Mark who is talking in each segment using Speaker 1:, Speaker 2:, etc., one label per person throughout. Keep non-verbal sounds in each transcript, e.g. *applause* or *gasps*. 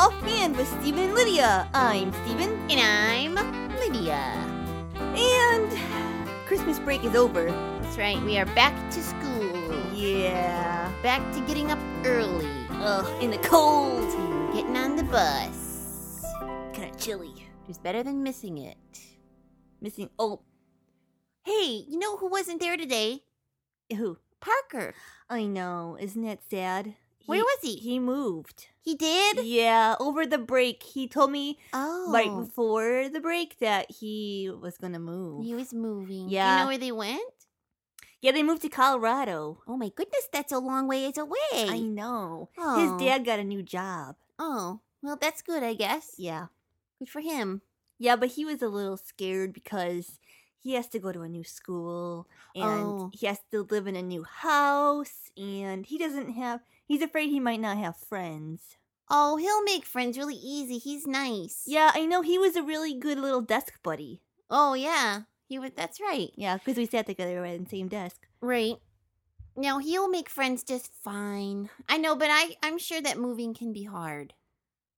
Speaker 1: with Stephen and Lydia. I'm Stephen,
Speaker 2: And I'm Lydia.
Speaker 1: and Christmas break is over.
Speaker 2: That's right, we are back to school.
Speaker 1: Yeah.
Speaker 2: Back to getting up early.
Speaker 1: Ugh, in the cold.
Speaker 2: Getting on the bus.
Speaker 1: Kinda chilly.
Speaker 2: It's better than missing it.
Speaker 1: Missing. Oh,
Speaker 2: Hey, you know who wasn't there today?
Speaker 1: who?
Speaker 2: Parker.
Speaker 1: I know. Isn't that sad?
Speaker 2: Where was he?
Speaker 1: He moved.
Speaker 2: He did?
Speaker 1: Yeah, over the break. He told me
Speaker 2: Oh.
Speaker 1: right before the break that he was gonna move.
Speaker 2: He was moving. Do you
Speaker 1: Yeah.
Speaker 2: know where they went?
Speaker 1: Yeah, they moved to Colorado.
Speaker 2: Oh my goodness, that's a long ways away.
Speaker 1: I know.
Speaker 2: Oh.
Speaker 1: His dad got a new job.
Speaker 2: Oh, well, that's good, I guess.
Speaker 1: Yeah.
Speaker 2: Good for him.
Speaker 1: Yeah, but he was a little scared because he has to go to a new school and
Speaker 2: Oh.
Speaker 1: he has to live in a new house and he doesn't have he's afraid he might not have friends.
Speaker 2: Oh, he'll make friends really easy. He's nice.
Speaker 1: Yeah, I know he was a really good little desk buddy.
Speaker 2: Oh, yeah. He was. That's right.
Speaker 1: Yeah, because we sat together at the same desk.
Speaker 2: Right. Now he'll make friends just fine. I know, but I I'm sure that moving can be hard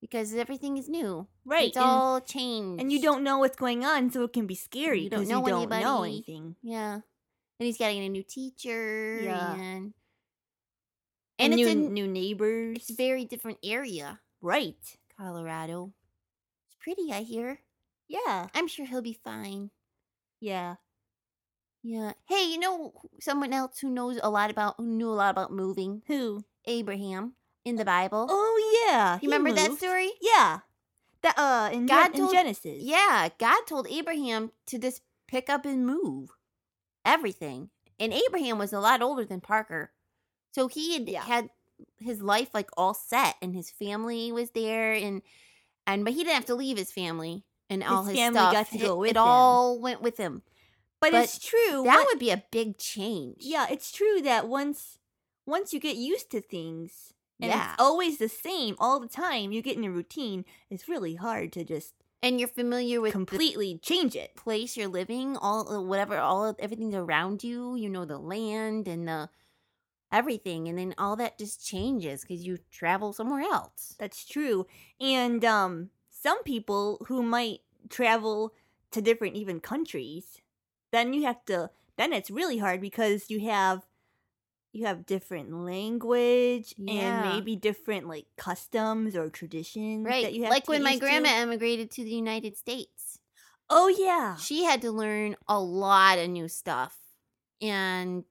Speaker 2: because everything is new.
Speaker 1: Right.
Speaker 2: It's
Speaker 1: and,
Speaker 2: all changed.
Speaker 1: and you don't know what's going on, so it can be scary
Speaker 2: You don't
Speaker 1: because
Speaker 2: know
Speaker 1: you don't know
Speaker 2: anybody.
Speaker 1: anything.
Speaker 2: Yeah. And he's getting a new teacher.
Speaker 1: Yeah.
Speaker 2: And
Speaker 1: And,
Speaker 2: and it's
Speaker 1: new
Speaker 2: a n-
Speaker 1: new neighbors.
Speaker 2: it's a very different area,
Speaker 1: right.
Speaker 2: Colorado. It's pretty, I hear.
Speaker 1: Yeah.
Speaker 2: I'm sure he'll be fine.
Speaker 1: Yeah.
Speaker 2: Yeah. Hey, you know wh- someone else who knows a lot about who knew a lot about moving?
Speaker 1: Who?
Speaker 2: Abraham in the Bible.
Speaker 1: Oh yeah. he
Speaker 2: you remember that
Speaker 1: moved.
Speaker 2: story?
Speaker 1: Yeah. That uh in, Gen-
Speaker 2: God
Speaker 1: in
Speaker 2: told-
Speaker 1: Genesis.
Speaker 2: Yeah, God told Abraham to just pick up and move everything. And Abraham was a lot older than Parker. So he had
Speaker 1: Yeah.
Speaker 2: had his life like all set and his family was there and and but he didn't have to leave his family and all his,
Speaker 1: family
Speaker 2: stuff.
Speaker 1: got to
Speaker 2: it,
Speaker 1: go with
Speaker 2: it
Speaker 1: him.
Speaker 2: all went with him.
Speaker 1: But,
Speaker 2: But
Speaker 1: it's true.
Speaker 2: That
Speaker 1: what-
Speaker 2: would be a big change.
Speaker 1: yeah, it's true that once once you get used to things and
Speaker 2: Yeah.
Speaker 1: it's always the same all the time, you get in a routine, it's really hard to just
Speaker 2: And you're familiar with the
Speaker 1: completely change it.
Speaker 2: place you're living, all uh, whatever, all everything's around you. You know the land and the everything, and then all that just changes because you travel somewhere else.
Speaker 1: That's true. And um some people who might travel to different even countries, then you have to then it's really hard because you have you have different language
Speaker 2: Yeah.
Speaker 1: and maybe different like customs or traditions that
Speaker 2: Right,
Speaker 1: you have
Speaker 2: like
Speaker 1: to
Speaker 2: when
Speaker 1: get
Speaker 2: my
Speaker 1: used to.
Speaker 2: grandma emigrated to the United States,
Speaker 1: Oh yeah.
Speaker 2: she had to learn a lot of new stuff, and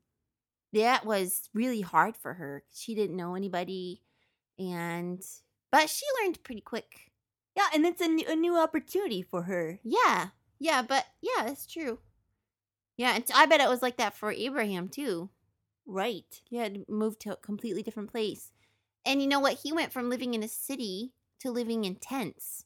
Speaker 2: that was really hard for her. She didn't know anybody, and but she learned pretty quick.
Speaker 1: Yeah, and it's a new, a new opportunity for her.
Speaker 2: Yeah, yeah, but yeah, that's true. Yeah, and I bet it was like that for Abraham too.
Speaker 1: Right.
Speaker 2: He had moved to a completely different place. And you know what? He went from living in a city to living in tents.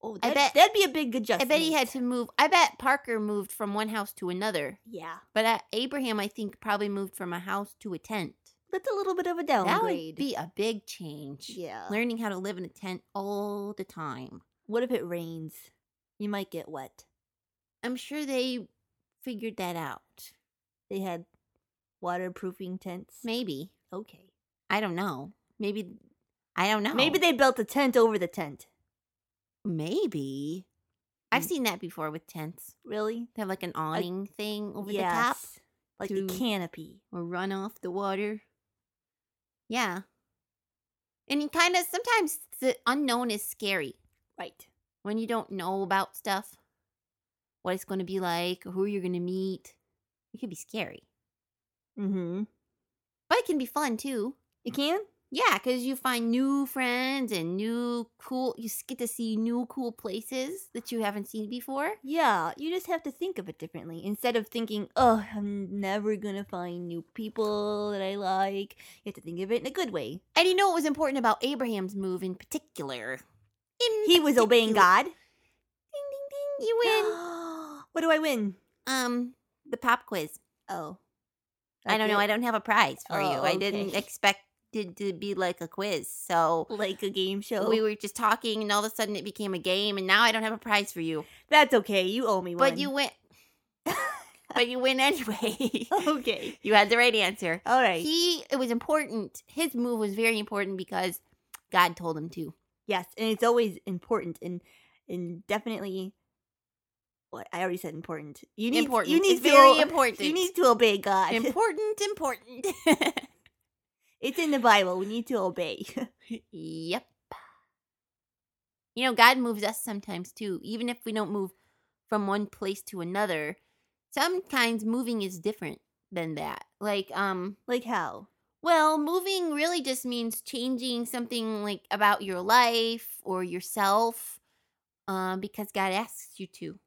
Speaker 1: Oh,
Speaker 2: I
Speaker 1: that,
Speaker 2: bet-
Speaker 1: that'd be a big adjustment.
Speaker 2: I bet he had to move. I bet Parker moved from one house to another.
Speaker 1: Yeah,
Speaker 2: But uh, Abraham, I think, probably moved from a house to a tent.
Speaker 1: that's a little bit of a
Speaker 2: that
Speaker 1: downgrade.
Speaker 2: would be a big change.
Speaker 1: yeah.
Speaker 2: Learning how to live in a tent all the time.
Speaker 1: What if it rains? You might get wet.
Speaker 2: I'm sure they figured that out.
Speaker 1: They had waterproofing tents.
Speaker 2: Maybe.
Speaker 1: Okay.
Speaker 2: I don't know. Maybe. I don't know.
Speaker 1: Maybe they built a tent over the tent.
Speaker 2: Maybe. I've
Speaker 1: Mm.
Speaker 2: seen that before with tents.
Speaker 1: Really?
Speaker 2: They have like an awning thing over the top
Speaker 1: Yes. Like a
Speaker 2: to-
Speaker 1: canopy.
Speaker 2: or run off the water. Yeah. And kind of sometimes the unknown is scary
Speaker 1: Right.
Speaker 2: when you don't know about stuff, what it's going to be like, who you're going to meet. It can be scary,
Speaker 1: Mm-hmm.
Speaker 2: but it can be fun too.
Speaker 1: You can?
Speaker 2: Yeah, because you find new friends and new cool, you s- get to see new cool places that you haven't seen before.
Speaker 1: Yeah. You just have to think of it differently. Instead of thinking, oh, I'm never going to find new people that I like, you have to think of it in a good way.
Speaker 2: And you know what was important about Abraham's move in particular? In
Speaker 1: He was obeying
Speaker 2: particular-
Speaker 1: God.
Speaker 2: Ding, ding, ding. You
Speaker 1: *gasps*
Speaker 2: *gasps* win.
Speaker 1: what do I win?
Speaker 2: Um, the pop quiz.
Speaker 1: Oh.
Speaker 2: I don't know. I don't have a prize for you.
Speaker 1: Oh,
Speaker 2: I didn't
Speaker 1: okay.
Speaker 2: expect it to be like a quiz. So
Speaker 1: don't *laughs* like a game show.
Speaker 2: we were just talking, and all of a sudden it became a game, and now I don't have a prize for you.
Speaker 1: That's okay. You owe me one. *laughs*
Speaker 2: But you win. but you win anyway.
Speaker 1: Okay.
Speaker 2: *laughs* you had the right answer.
Speaker 1: All Oh. right.
Speaker 2: He. It was important. His move was very important because God told him to.
Speaker 1: Yes, and it's always important and and definitely what I already said important. You need *laughs*
Speaker 2: important.
Speaker 1: you need
Speaker 2: it's
Speaker 1: to
Speaker 2: very
Speaker 1: o-
Speaker 2: important.
Speaker 1: You need to obey God.
Speaker 2: important, *laughs* important.
Speaker 1: *laughs*
Speaker 2: *laughs*
Speaker 1: it's in the Bible. We need to obey. *laughs*
Speaker 2: yep. You know, God moves us sometimes too, even if we don't move from one place to another. Sometimes moving is different than that. Like, um,
Speaker 1: like how?
Speaker 2: Well, moving really just means changing something like about your life or yourself um, because God asks you to. You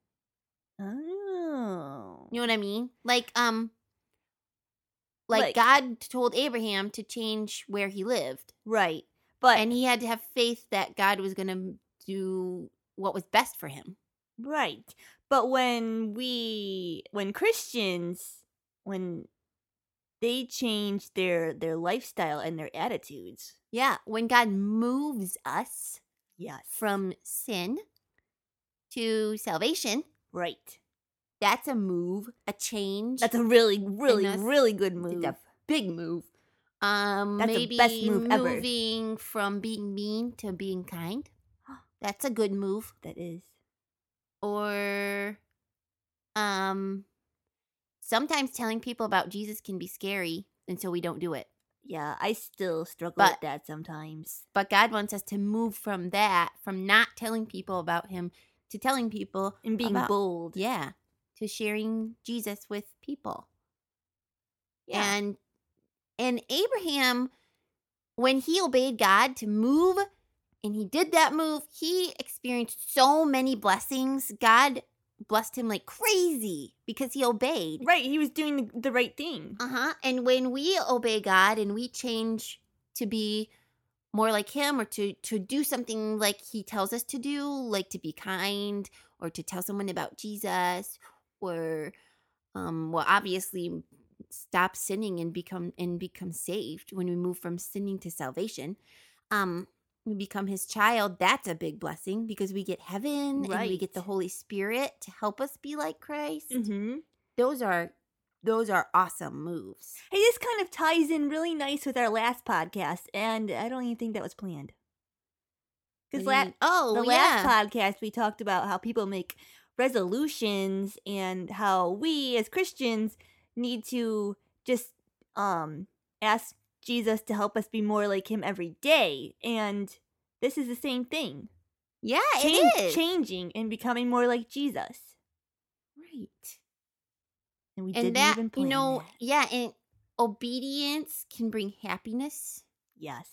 Speaker 1: Oh.
Speaker 2: know what I mean? Like, um,
Speaker 1: Like-
Speaker 2: like, God told Abraham to change where he lived,
Speaker 1: Right. But
Speaker 2: and he had to have faith that God was going to do what was best for him.
Speaker 1: Right. But when we when Christians when they change their their lifestyle and their attitudes.
Speaker 2: Yeah, when God moves us
Speaker 1: Yes.
Speaker 2: from sin to salvation,
Speaker 1: right.
Speaker 2: that's a move, a change.
Speaker 1: That's a really really
Speaker 2: that's-
Speaker 1: really good
Speaker 2: it's a
Speaker 1: move.
Speaker 2: big move. Um,
Speaker 1: That's the
Speaker 2: maybe
Speaker 1: best move ever.
Speaker 2: moving from being mean to
Speaker 1: *gasps*
Speaker 2: being kind. That's a good move.
Speaker 1: That is.
Speaker 2: Or, um, sometimes telling people about Jesus can be scary, and so we don't do it.
Speaker 1: Yeah, I still struggle
Speaker 2: But-
Speaker 1: with that sometimes.
Speaker 2: But God wants us to move from that, from not telling people about Him, to telling people,
Speaker 1: And being
Speaker 2: about-
Speaker 1: bold.
Speaker 2: yeah, to sharing Jesus with people.
Speaker 1: Yeah.
Speaker 2: And and Abraham when he obeyed God to move and he did that move, he experienced so many blessings. God blessed him like crazy because he obeyed.
Speaker 1: right, he was doing the, the right thing.
Speaker 2: Uh-huh. And when we obey God and we change to be more like him or to to do something like he tells us to do, like to be kind or to tell someone about Jesus or um well obviously stop sinning and become and become saved when we move from sinning to salvation. Um we become his child, that's a big blessing because we get heaven and we get the
Speaker 1: Right.
Speaker 2: Holy Spirit to help us be like Christ
Speaker 1: Mhm.
Speaker 2: those are those are awesome moves.
Speaker 1: Hey, this kind of ties in really nice with our last podcast, and I don't even think that was planned. Because
Speaker 2: What do
Speaker 1: la-
Speaker 2: you mean?
Speaker 1: oh, the
Speaker 2: Oh,
Speaker 1: last podcast we talked about how people make resolutions and how we as Christians need to just um ask Jesus to help us be more like Him every day, and this is the same thing:
Speaker 2: Yeah,
Speaker 1: Change-
Speaker 2: it is.
Speaker 1: changing and becoming more like Jesus.
Speaker 2: Right.
Speaker 1: And we didn't
Speaker 2: And that
Speaker 1: even
Speaker 2: you
Speaker 1: plan
Speaker 2: know,
Speaker 1: that.
Speaker 2: yeah, and obedience can bring happiness
Speaker 1: Yes,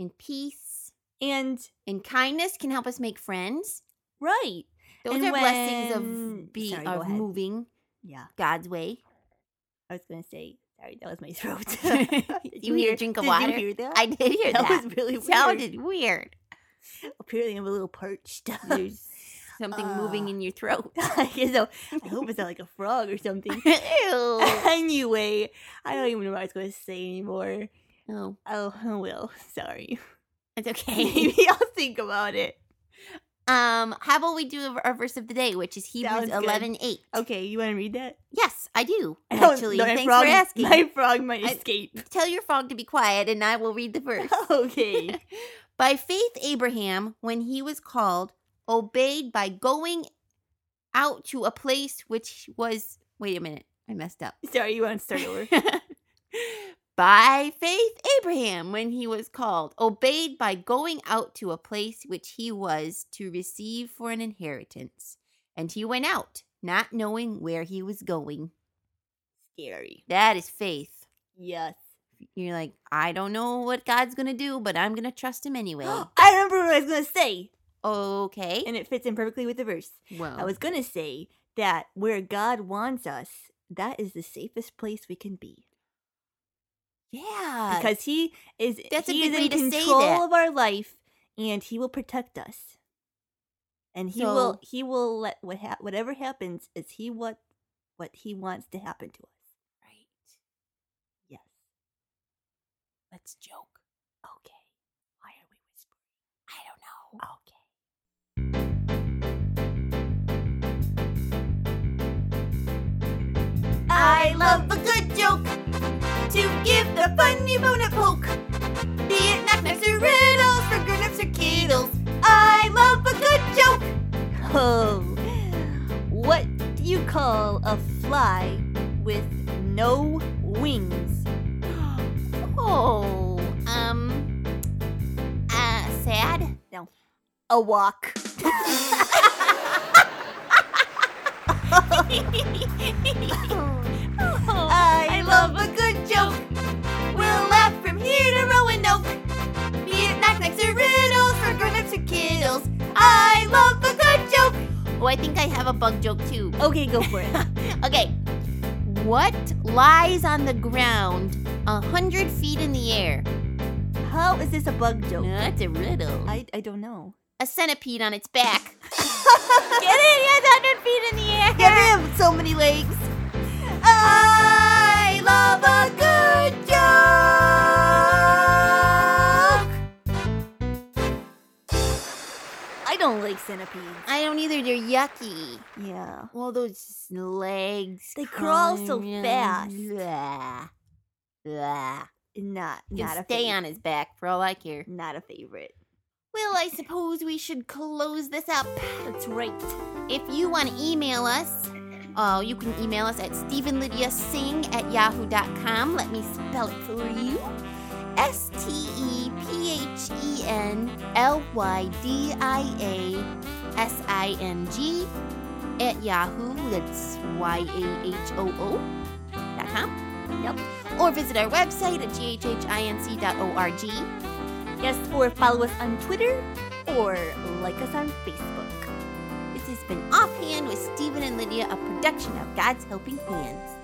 Speaker 2: and peace.
Speaker 1: and
Speaker 2: And kindness can help us make friends.
Speaker 1: right,
Speaker 2: Those
Speaker 1: And
Speaker 2: are blessings
Speaker 1: when-
Speaker 2: of be
Speaker 1: Sorry, go
Speaker 2: of
Speaker 1: ahead.
Speaker 2: moving
Speaker 1: yeah.
Speaker 2: God's way. *laughs*
Speaker 1: I was gonna say, sorry, that was my *laughs* throat.
Speaker 2: Did you hear a drink of water?
Speaker 1: Did you hear that? *laughs*
Speaker 2: I did hear that.
Speaker 1: that, was really
Speaker 2: it
Speaker 1: weird.
Speaker 2: sounded
Speaker 1: *laughs*
Speaker 2: weird.
Speaker 1: Apparently, I'm a little parched.
Speaker 2: There's *laughs* something moving
Speaker 1: Uh.
Speaker 2: in your throat.
Speaker 1: so *laughs* I hope it's not like a frog or *laughs* something.
Speaker 2: *laughs* Ew.
Speaker 1: Oh. *laughs* anyway, I don't even know what I was gonna say anymore.
Speaker 2: Oh,
Speaker 1: Oh, I will. Sorry. *laughs*
Speaker 2: it's okay.
Speaker 1: Maybe I'll think about it.
Speaker 2: Um, how about we do our verse of the day, which is Hebrews
Speaker 1: Sounds good.
Speaker 2: eleven eight.
Speaker 1: Okay, you want to read that? *laughs*
Speaker 2: Yes, I do.
Speaker 1: I don't-
Speaker 2: Actually,
Speaker 1: my
Speaker 2: thanks
Speaker 1: frog,
Speaker 2: for asking.
Speaker 1: My *laughs* frog might
Speaker 2: I-
Speaker 1: *laughs* escape.
Speaker 2: Tell your frog to be quiet, and I will read
Speaker 1: *laughs*
Speaker 2: the verse.
Speaker 1: okay.
Speaker 2: by faith, Abraham, when he was called, obeyed by going out to a place which was. Wait a minute, I messed up. *laughs*
Speaker 1: Sorry, you want to start over?
Speaker 2: by faith, Abraham, when he was called, obeyed by going out to a place which he was to receive for an inheritance. And he went out, not knowing where he was going.
Speaker 1: Scary.
Speaker 2: That is faith.
Speaker 1: Yes.
Speaker 2: You're like, I don't know what God's going to do, but I'm going to trust him
Speaker 1: *gasps*
Speaker 2: anyway.
Speaker 1: I remember what I was gonna say,
Speaker 2: okay.
Speaker 1: and it fits in perfectly with the verse.
Speaker 2: Well,
Speaker 1: I was going to say that where God wants us, that is the safest place we can be
Speaker 2: yeah.
Speaker 1: because He is
Speaker 2: Uh, that's a
Speaker 1: He
Speaker 2: good
Speaker 1: is
Speaker 2: way
Speaker 1: in
Speaker 2: to say that.
Speaker 1: control of our life, and He will protect us. And He
Speaker 2: So-
Speaker 1: will He will let what ha- whatever happens is He what what He wants to happen to us.
Speaker 2: right.
Speaker 1: Yes.
Speaker 2: Let's joke.
Speaker 1: Okay. Why are we whispering?
Speaker 2: I don't know.
Speaker 1: Okay.
Speaker 2: I love a good joke to give the funny bone a poke. Be it knock-knocks or riddles for grown-ups or kiddles.
Speaker 1: Oh, what do you call a fly with no wings?
Speaker 2: oh, um, uh, sad. *laughs*
Speaker 1: A walk. *laughs* I, love, a good joke. We'll laugh from here to Roanoke. Be it knickknacks or riddles for grown-ups or kiddles. I love a good joke.
Speaker 2: oh, I think I have a bug joke too.
Speaker 1: Okay, go for *laughs* it.
Speaker 2: Okay. What lies on the ground a hundred feet in the air?
Speaker 1: How is this a bug joke?
Speaker 2: That's a riddle.
Speaker 1: I, I don't *laughs* know.
Speaker 2: a centipede on its back.
Speaker 1: Get it?
Speaker 2: It's a hundred feet in the air.
Speaker 1: Yeah, they have so many legs. I love a good joke. I don't like centipedes.
Speaker 2: I don't either. They're yucky.
Speaker 1: Yeah.
Speaker 2: All those legs.
Speaker 1: They crawl so
Speaker 2: crawling
Speaker 1: fast.
Speaker 2: around. Blah. Blah.
Speaker 1: Not
Speaker 2: You
Speaker 1: not
Speaker 2: Can
Speaker 1: a
Speaker 2: stay
Speaker 1: favorite.
Speaker 2: on his back for all I care.
Speaker 1: Not a favorite.
Speaker 2: Well, I suppose we should close this up.
Speaker 1: That's right.
Speaker 2: If you want to email us, uh, you can email us at StephenLydiaSing at yahoo.com. Let me spell it for you. S T E P H E N L Y D I A S I N G at yahoo. That's Y A H O O dot com. Yep. Or visit our website at ghhinc.org.
Speaker 1: Yes, or follow us on Twitter or like us on Facebook.
Speaker 2: This has been Offhand with Stephen and Lydia, a production of God's Helping Hands.